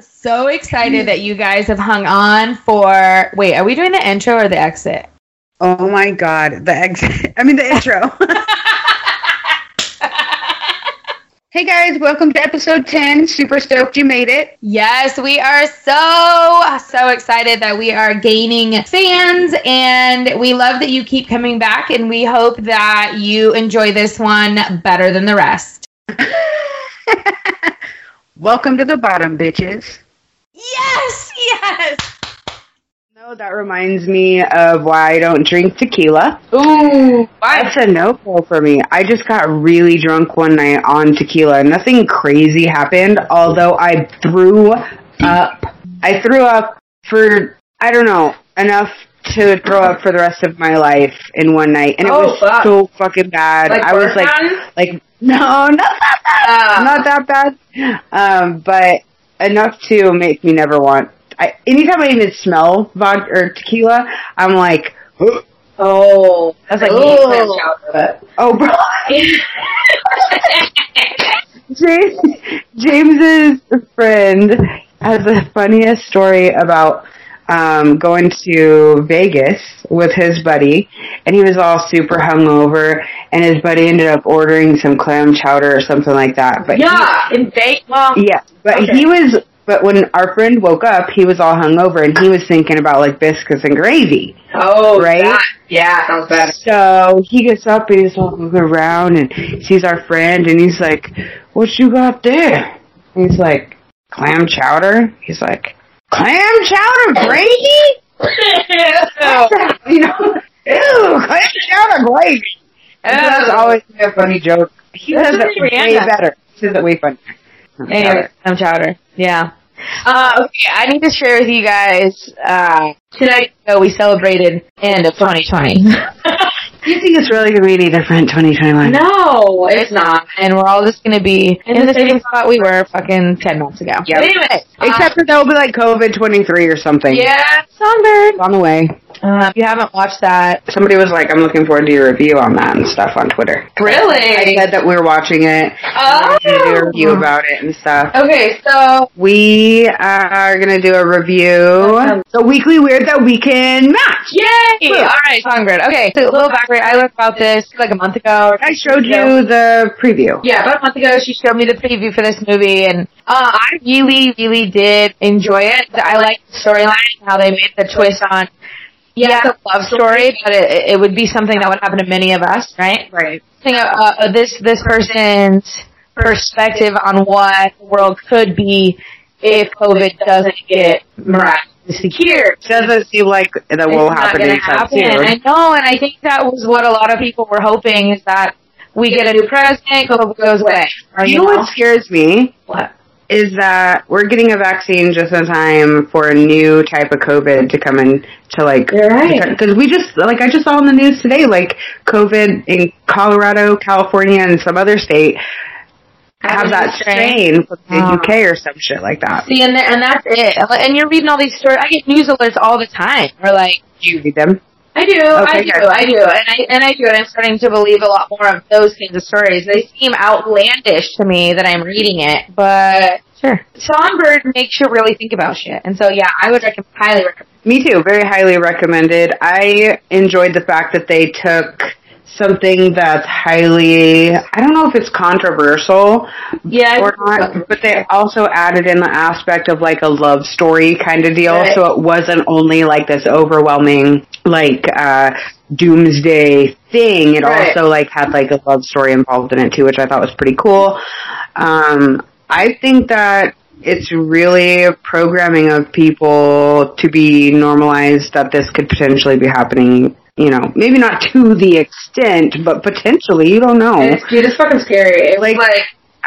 so excited that you guys have hung on for. Wait, are we doing the intro or the exit? Oh my god, the exit. I mean the intro. hey guys, welcome to episode 10. Super stoked you made it. Yes, we are so, so excited that we are gaining fans and we love that you keep coming back and we hope that you enjoy this one better than the rest. Welcome to the bottom, bitches. Yes, yes. No, that reminds me of why I don't drink tequila. Ooh, That's a no go for me. I just got really drunk one night on tequila. Nothing crazy happened, although I threw up. I threw up for, I don't know, enough to throw up for the rest of my life in one night. And it Oh, was fuck. so fucking bad. I was like, "Ah." like, no, not that bad. not that bad, um, but enough to make me never want. I, anytime I even smell vodka or tequila, I'm like, oh, oh, that's like, oh, bro. James, James's friend has the funniest story about um, going to Vegas with his buddy, and he was all super hungover, and his buddy ended up ordering some clam chowder or something like that. But he- in Vegas. Well, yeah, but Okay. he was. But when our friend woke up, he was all hungover, and he was thinking about like biscuits and gravy. oh, Right? that- yeah, sounds better. So he gets up and he's looking around and sees our friend, and he's like, "What you got there?" And he's like, "Clam chowder." He's like, "Clam chowder gravy?" you know, ew, clam chowder gravy. And That's always a funny joke. He That's does it really way Rihanna. better. This is way funnier. Anyway, I'm chowder. Yeah. Uh, okay, I need to share with you guys. Uh, two nights ago, we celebrated end of 2020. Do you think it's really going to be any different in 2021? no, it's not. And we're all just gonna be in, the same spot we were fucking ten months ago. Yep. Anyway, uh, Except for there'll be like COVID 23 or something. yeah, Songbird. It's on the way. Uh, if you haven't watched that, Somebody was like, I'm looking forward to your review on that and stuff on Twitter. I really? said that we were watching it. Oh. We did a review about it and stuff. Okay, so We are going to do a review. The weekly weird that we can match. yay! All right, Songbird. Okay, so a little background. I learned about this like a month ago. I showed you the preview. Yeah, about a month ago, she showed me the preview for this movie, and uh, I really, really did enjoy it. I liked the storyline, how they made the twist on, yeah, it's a love story, but it, it would be something that would happen to many of us, right? Right. Think of, uh, this this person's perspective on what the world could be if COVID doesn't get miraculously cured Doesn't seem like that it's will not happen gonna anytime happen. I soon. know, and I think that was what a lot of people were hoping is that we get a new president, COVID goes away. Or, You know what scares me? What? Is that we're getting a vaccine just in time for a new type of COVID to come in to like You're right. Because we just, like, I just saw on the news today, like, COVID in Colorado, California, and some other state have that strain from the Wow. UK or some shit like that. See, and, and that's it. And you're reading all these stories. I get news alerts all the time. Or like, Do you read them? I do, I Okay, do, good. I do, and I and I do, and I'm starting to believe a lot more of those kinds of stories. They seem outlandish to me that I'm reading it, but sure, Songbird makes you really think about shit. And so, yeah, I would recommend, highly recommend. Me too. Very highly recommended. I enjoyed the fact that they took something that's highly, I don't know if it's controversial Yeah, or not, but they also added in the aspect of like a love story kind of deal. Right. So it wasn't only like this overwhelming, like, uh, doomsday thing. It Right. also like had like a love story involved in it too, which I thought was pretty cool. Um, I think that it's really programming of people to be normalized that this could potentially be happening. You know, maybe not to the extent, but potentially. You don't know. It's, dude, it's fucking scary. It was Like- like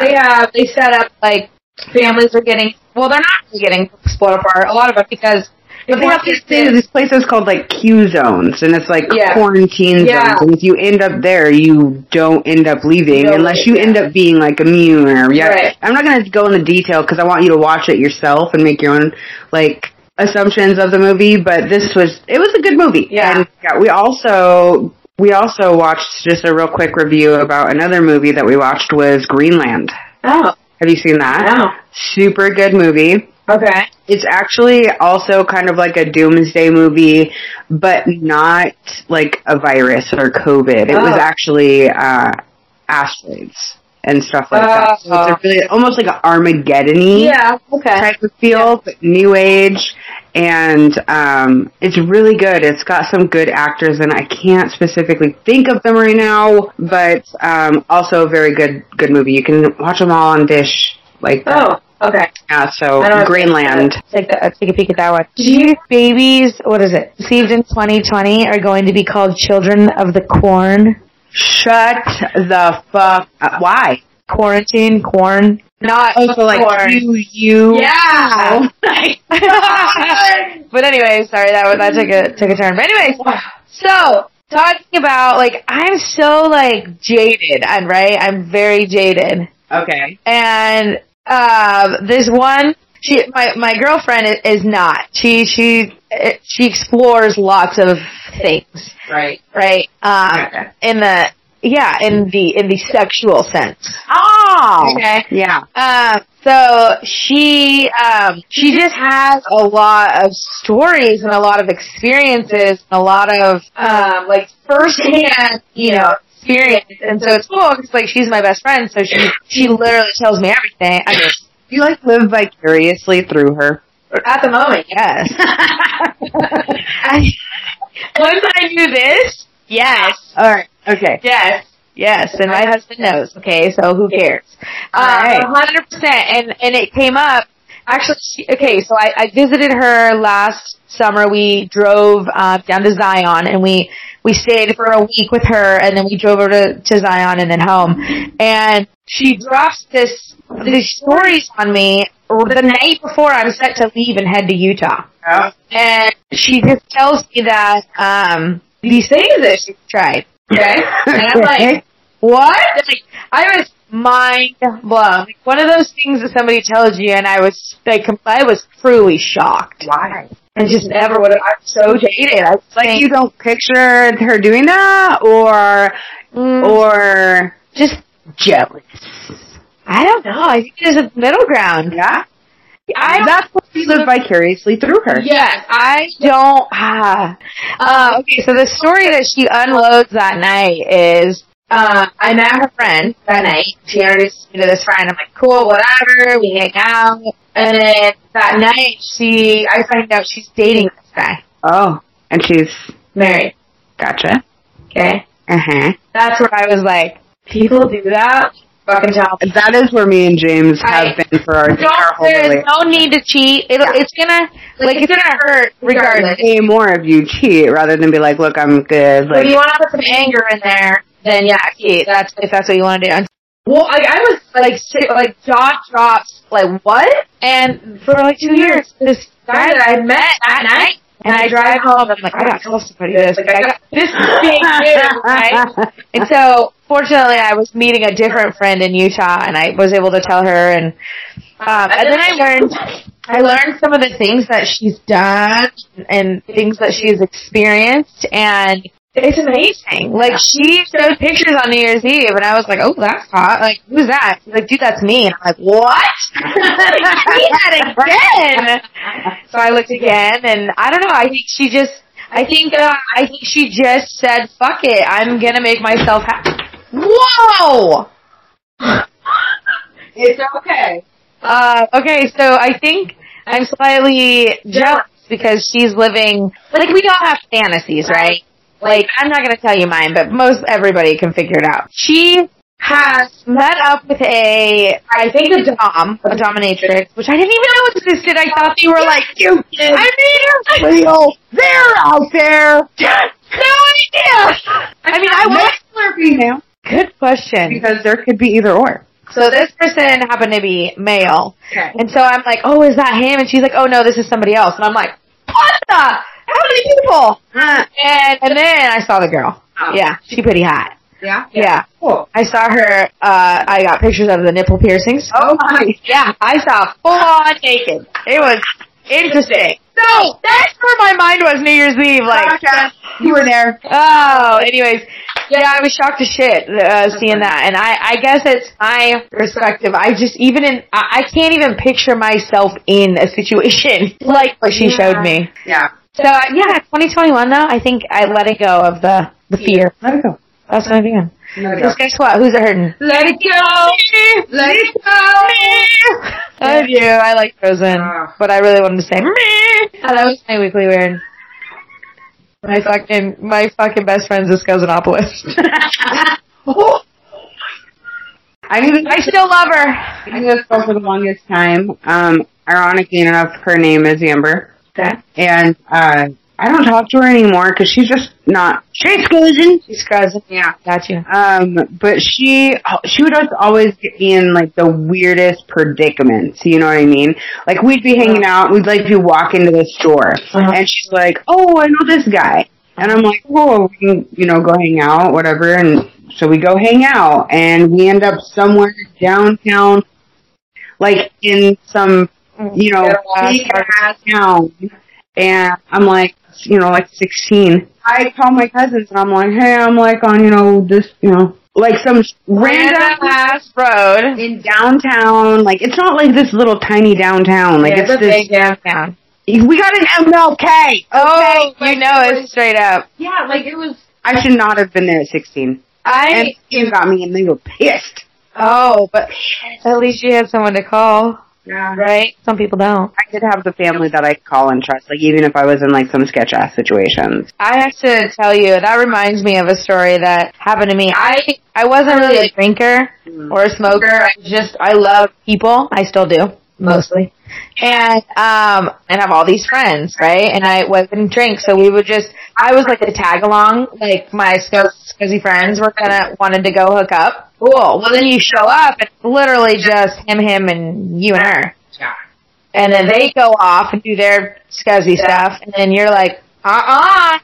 they have they set up like families are getting well, they're not really getting split apart. A lot of it because But they have these these things, these places called like Q zones, and it's like Yeah. quarantine Yeah. zones. And if you end up there, you don't end up leaving Don't unless you leave, end up being like immune or yeah. Right. I'm not gonna go into detail because I want you to watch it yourself and make your own like assumptions of the movie. But this was it was a good movie. Yeah. And yeah, we also. We also watched just a real quick review about another movie that we watched was Greenland. Oh, Have you seen that? wow. Super good movie. Okay. It's actually also kind of like a doomsday movie, but not like a virus or COVID. It was Oh. actually uh, asteroids and stuff like that. So it's a Oh. really almost like an Armageddon Yeah. Okay. type of feel, but new age. And um, it's really good. It's got some good actors, and I can't specifically think of them right now. But um, also a very good good movie. You can watch them all on Dish. Like that. Oh. Okay. yeah, I don't so have- Greenland. Take, the, uh, take a peek at that one. Do you think babies, what is it, conceived in 2020 are going to be called children of the corn? Shut the fuck up. Why? Quarantine? Corn? Not Oh, so like corn. you, you. Oh. Yeah. but anyway, sorry, that, was- that took a, took a turn. But anyway, so, talking about, like, I'm so, like, jaded, I'm right? I'm very jaded. Okay. and um, this one she my my girlfriend i- is not she she eh, she explores lots of things Right. right um Okay. in the yeah in the in the sexual sense Oh. okay Yeah. um so she um she just has a lot of stories and a lot of experiences and a lot of um like firsthand you know experience and so it's cool because like she's my best friend so she she literally tells me everything I mean You like live vicariously through her. At the moment, yes. I, once I knew this, yes, All right. Okay. yes, yes, and my husband knows. Okay, so who cares? Alright. Um, hundred percent. And and it came up. Actually, she, okay, so I, I visited her last summer. We drove uh, down to Zion, and we we stayed for a week with her, and then we drove over to, to Zion, and then home. And she drops this these stories on me the night before I'm set to leave and head to Utah Yeah. and she just tells me that um these things that she's tried. Okay, and I'm like, what? Like, I was mind blown. Like, one of those things that somebody tells you, and I was like, com- I was truly shocked. Why? I just never would have. I'm so jaded. I was Like like, you don't picture her doing that, or Mm-hmm. mm, or just jealous. I don't know. I think there's a middle ground. Yeah. I That's what you live vicariously through her. Yes, I don't. Ah. Uh, okay, so the story that she unloads that night is uh, I met her friend that night. She introduced me to this friend. I'm like, cool, whatever. We hang out, and then that night she, I find out she's dating this guy, Oh, and she's married. gotcha. Okay, Uh huh. that's where I was like, people do that. Fucking tell me. That is where me and James have I- been for our, our Don't, whole there's relationship. no need to cheat. It'll, It's gonna, like, it's gonna hurt regardless. Way more of you cheat rather than be like, look, I'm good. If Like, you want to put some anger in there, then yeah, see, that's if that's what you want to do. Well, I, I was like, si- like jaw drops, like what? And for like two years, this guy that I met that night, and I drive home, I'm like, I gotta tell somebody this. Like, I got this is big news, right? And so, fortunately, I was meeting a different friend in Utah, and I was able to tell her. And um, and then I learned, I learned some of the things that she's done and things that she's experienced, and it's amazing. Like she showed pictures on New Year's Eve, and I was like, "Oh, that's hot! Like, who's that?" She's like, "Dude, that's me." And I'm like, "What?" See that again? So I looked again, and I don't know. I think she just. I think. Uh, I think she just said, "Fuck it, I'm gonna make myself happy." Whoa. it's okay. Uh, okay, so I think I'm slightly jealous because she's living. Like we all have fantasies, right? Like I'm not gonna tell you mine, but most everybody can figure it out. She has met up with a, I think a dom, a dominatrix, which I didn't even know existed. I thought they were like, You kids, I mean, Leo, they're out there. no idea. I mean, I was. Male or female? Good question. Because there could be either or. So this person happened to be male. Okay. And so I'm like, oh, is that him? And she's like, oh no, this is somebody else. And I'm like, what the? How many people? And, and then I saw the girl. Oh. Yeah, she pretty hot. yeah. Yeah. Cool. I saw her, uh, I got pictures of the nipple piercings. Oh my. Yeah, I saw full on naked. It was interesting. So that's where my mind was New Year's Eve. Like, you were there. oh, anyways. Yeah, I was shocked as shit uh, seeing that, and I, I guess it's my perspective. I just even in, I, I can't even picture myself in a situation like what she showed me. Yeah. So uh, yeah, 2021 though, I think I let it go of the the fear. Let it go. That's what I'm doing. Let it go. Because guess what? Who's it hurting? Let it go. Let it go. I love you. I like Frozen, Ah. but I really wanted to say me. Oh, that was my weekly weird. My fucking my fucking best friend's is Cousinopoulos. I knew this, I still love her. I knew this girl for the longest time. Um, ironically enough, her name is Amber. Okay. And, uh, I don't talk to her anymore because she's just not. She's cousin. She's cousin. Yeah. Got you. Um, but she she would just always get me in like the weirdest predicaments. You know what I mean? Like we'd be hanging out, we'd like be walk into the store, and she's like, "Oh, I know this guy," and I'm like, "Oh, we can, you know, go hang out, whatever." And so we go hang out, and we end up somewhere downtown, like in some you know Yeah. big ass town, and I'm like, you know, like 16. I call my cousins and I'm like, hey, I'm like on, you know, this, you know, like some random ass road. in downtown. Like, it's not like this little tiny downtown. Like, it's this, downtown. we got an MLK. Oh, you know it straight up. Yeah, like it was. I should not have been there at 16. And I you got me and they were pissed. oh, but at least you had someone to call, Yeah. right? Some people don't. I did have the family that I could call and trust, like, even if I was in, like, some sketch ass situations. I have to tell you, that reminds me of a story that happened to me. I I wasn't really a drinker or a smoker. I was just I love people. I still do mostly, and um and have all these friends, right? And I wasn't drink, so we would just. I was like a tag along, like my scuzzy friends were gonna wanted to go hook up. Cool. Well, then you show up, and it's literally just him, him, and you and her. And then they go off and do their scuzzy stuff, and then you're like, uh-uh,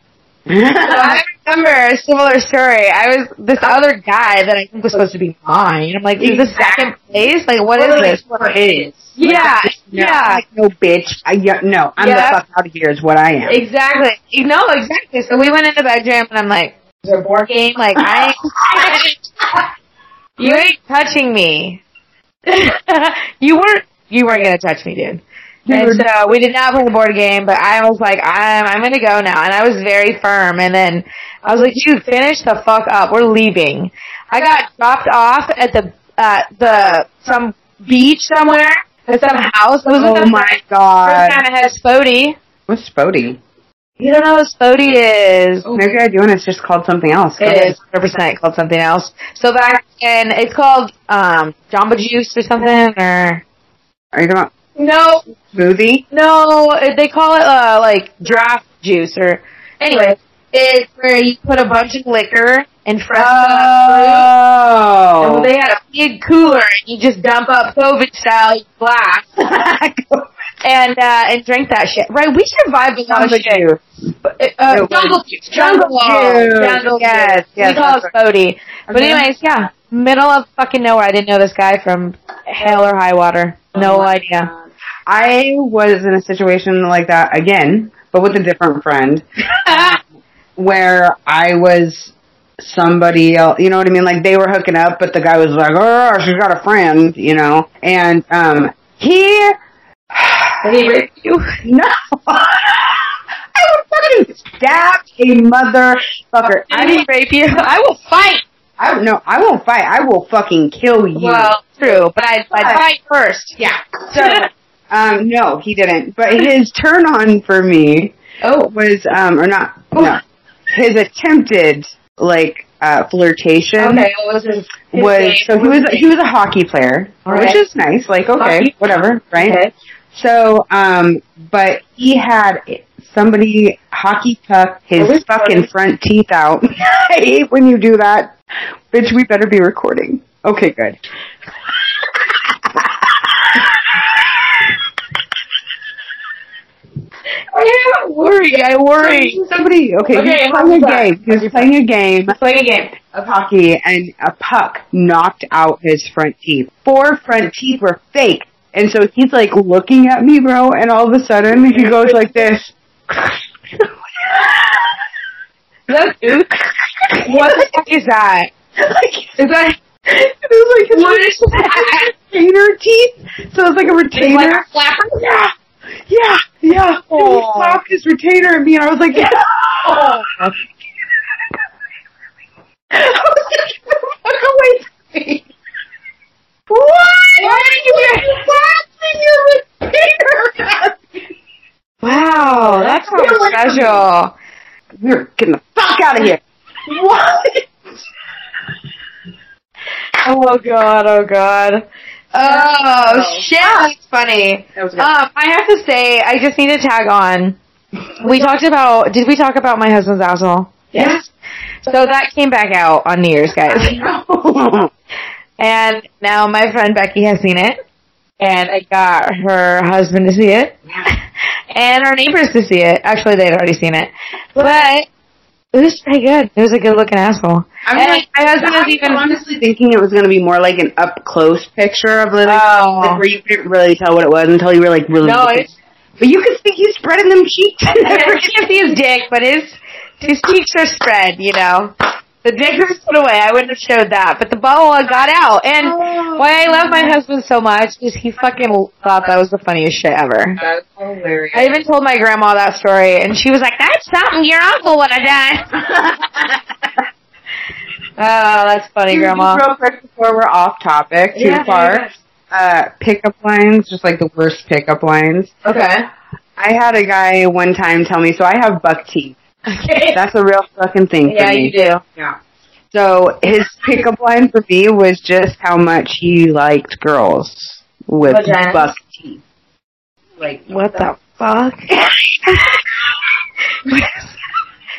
I remember a similar story. I was this other guy that I think was supposed to be mine. I'm like, this is the second place? Like, what is this? what it is. Yeah, No. yeah, Like, no, bitch. I, yeah, no, I'm Yeah. the fuck out of here is what I am. exactly. You know, exactly. So we went in the bedroom, and I'm like, is there a board game? Like, I, you ain't touching me. you weren't, you weren't gonna touch me, dude. And Dude. so we did not play the board game, but I was like, I'm, I'm gonna go now. And I was very firm. And then I was like, dude, finish the fuck up. We're leaving. I got dropped off at the, uh, the, some beach somewhere at some house. It was Oh the my first- god. First time I had Spody. What's Spody? You don't know what Spody is. Maybe I do, and it's just called something else. Oh. It is 100% called something else. So back in, it's called, um, Jamba Juice or something, or... Are you talking about No, smoothie? No, they call it uh, like draft juice or anyway, it's where you put a bunch of liquor and fresh cut fruit. Oh. And they had a big cooler and you just dump up COVID style glass and uh, and drink that shit. Right? We survived a lot of Jamba shit. juice. Uh, No, jungle juice, jungle Jungle juice, juice. jungle Yes, juice. yes, we call that's it Bodhi. But Okay. anyways, yeah, middle of fucking nowhere. I didn't know this guy from hell or high water. Oh No idea. I was in a situation like that again, but with a different friend, where I was somebody else. You know what I mean? Like they were hooking up, but the guy was like, "Oh, she's got a friend," you know, and um, he No. I would fucking stab a motherfucker. I I didn't didn't, rape you. I will fight. I don't know. I won't fight. I will fucking kill you. Well, true, but I'd, I'd But- fight first. yeah. So, um, no, he didn't. But his turn on for me Oh. was, um, or not, no, his attempted, like, uh, flirtation Okay, what was his, his name? was, so he was, he was a hockey player, All right. which is nice. Like, okay, Hockey. whatever, right? Okay. So, um, but he had somebody hockey puck his Oh, it's fucking funny. front teeth out. I hate when you do that. Bitch, we better be recording. Okay, good. I worry, I worry. Somebody, okay, Okay, he was playing a hockey game. He was playing a game Play a game. of hockey and a puck knocked out his front teeth. Four front teeth were fake. And so he's like looking at me, bro, and all of a sudden he goes like this. What the fuck is that? like, Is that it was like What is that? retainer teeth. So it's like a retainer. like a flapper? yeah, yeah, yeah. And he Aw. slapped his retainer at me, and I was like, yeah. Oh. I was like, "Get the fuck away from me!" What? Why are you slapping your retainer? at me? Wow, that's Get so away from special. You're getting the fuck out of here. What? Oh god, oh god. Oh shit, that's funny. That was Um, I have to say, I just need to tag on. We talked about, did we talk about my husband's asshole? Yes. So that came back out on New Year's, guys. Uh-huh. And now my friend Becky has seen it. And I got her husband to see it. And our neighbors to see it. Actually, they'd already seen it. But it was pretty good. It was a good looking asshole. I'm and like- my husband I is was even. honestly thinking it was going to be more like an up close picture of the like, Oh. like, where you couldn't really tell what it was until you were like really. No, looking. it's- but you could see he's spreading them cheeks. and I never everything. can see his dick, but his his cheeks are spread. You know, the dick was put away. I wouldn't have showed that, but the butthole got out. And why I love my husband so much is he fucking thought that was the funniest shit ever. That's hilarious. I even told my grandma that story, and she was like, "That's something your uncle would have done." Oh, that's funny, grandma. Just real quick before we're off topic too Yeah, far. Uh, pickup lines, just like the worst pickup lines. Okay. I had a guy one time tell me, so I have buck teeth. Okay. That's a real fucking thing for Yeah, me. you do. So his pickup line for me was just how much he liked girls with Vaginas. buck teeth. Like What the fuck?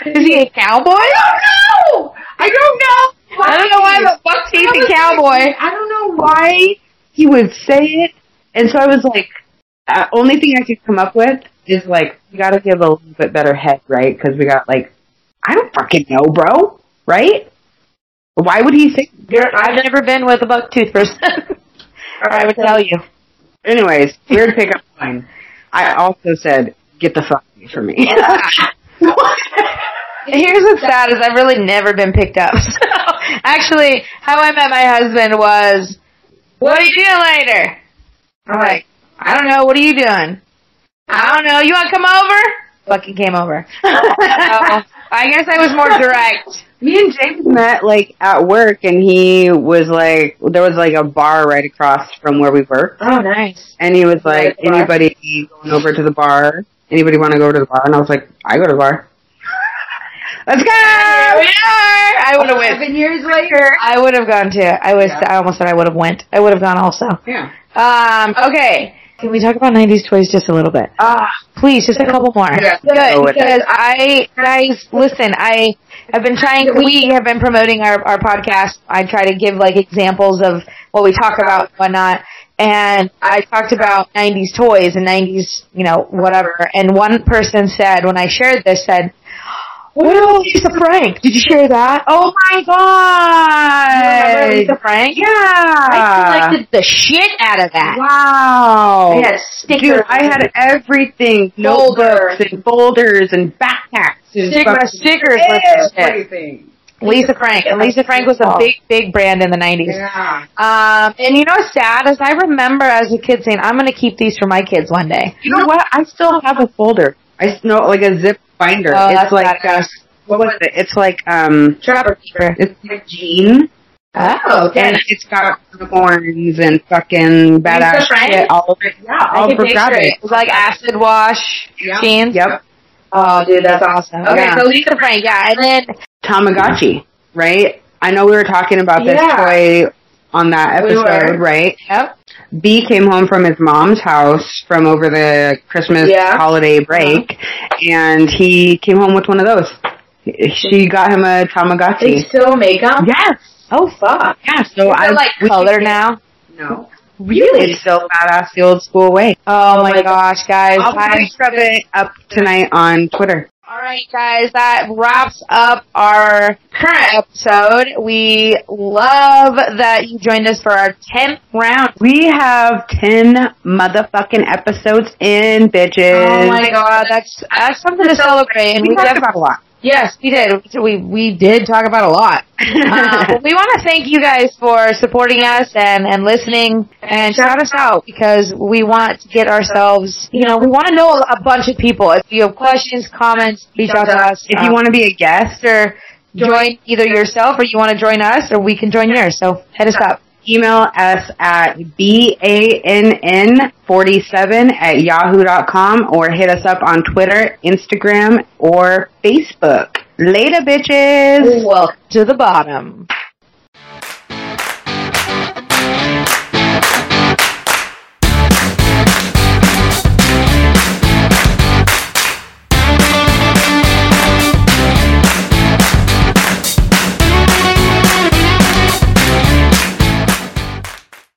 Is he a cowboy? No, I don't know. I don't know why, but fuck teeth I and was cowboy. like, I don't know why he would say it, and so I was like, uh, only thing I could come up with is like, you got to give a little bit better head, right? Because we got like, I don't fucking know, bro, right? Why would he think? I've never been with a buck tooth person. or I would tell you. Anyways, weird pickup line. I also said, get the fuck away from me. Here's what's sad is I've really never been picked up. So, actually, how I met my husband was, what are you doing later? I'm like, I don't know. What are you doing? I don't know. You want to come over? Fucking came over. So, I guess I was more direct. Me and James met like at work, and he was like, there was like a bar right across from where we worked. Oh, nice. And he was Right like, at the bar. anybody going over to the bar? Anybody want to go to the bar? And I was like, I go to the bar. Let's There we go! are. I would have went. Seven years later. I would have gone too. I was. I almost said I would have went. I would have gone also. Yeah. Um. Okay. Can we talk about '90s toys just a little bit? Ah, Please, just a couple more. Yeah. Go Good, with it. because I, guys, listen, I have been trying, we have been promoting our, our podcast. I try to give like examples of what we talk about and whatnot. And I talked about 90s toys and 90s, you know, whatever. And one person said, when I shared this, said, what about Lisa Frank? Did you share that? Oh my god! Remember Lisa Frank? yeah. I collected the shit out of that. wow. I had stickers. Dude, I had everything. Notebooks and folders and backpacks. And Stick- fucking- stickers were some shit. Everything. Lisa Frank. And Lisa Frank was a big, big brand in the 90s. Yeah. Um, and you know what's sad is I remember as a kid saying, I'm going to keep these for my kids one day. You know what? I still have a folder. I s- know, like a zip binder. Oh, it's that's like, badass. uh, what was it? It's like, um, Trapper keeper. it's like jean. Oh, And it's got unicorns and fucking badass Frank? shit all over it. Yeah, I all can over picture it. it. It was like acid wash Yeah. jeans. Yep. Oh, dude, that's awesome. Okay, Yeah. so Lisa Frank, yeah. And then Tamagotchi, right? I know we were talking about this Yeah. toy on that We were. episode, right? Yep. B came home from his mom's house from over the Christmas Yeah. holiday break, and he came home with one of those. She got him a Tamagotchi. still make them. Yes. Oh fuck. Yeah, so I I like we- color now. No. Really? It's still badass the old school way. Oh, my, gosh, guys. I'll put a I- picture of it up tonight on Twitter. All right, guys, that wraps up our current episode. We love that you joined us for our 10th round. We have 10 motherfucking episodes in, bitches. Oh my god, that's that's something to celebrate, and Oh We we talked def- about a lot. Yes, we did. We we did talk about a lot. Uh, but we want to thank you guys for supporting us and and listening and shout us out because we want to get ourselves. You know, we want to know a, a bunch of people. If you have questions, comments, reach out to us. If you Um, want to be a guest, or join either yourself or you want to join us or we can join yours. So hit us up. email us at bann47 at yahoo dot com or hit us up on Twitter, Instagram, or Facebook. Later, bitches! Welcome to the bottom.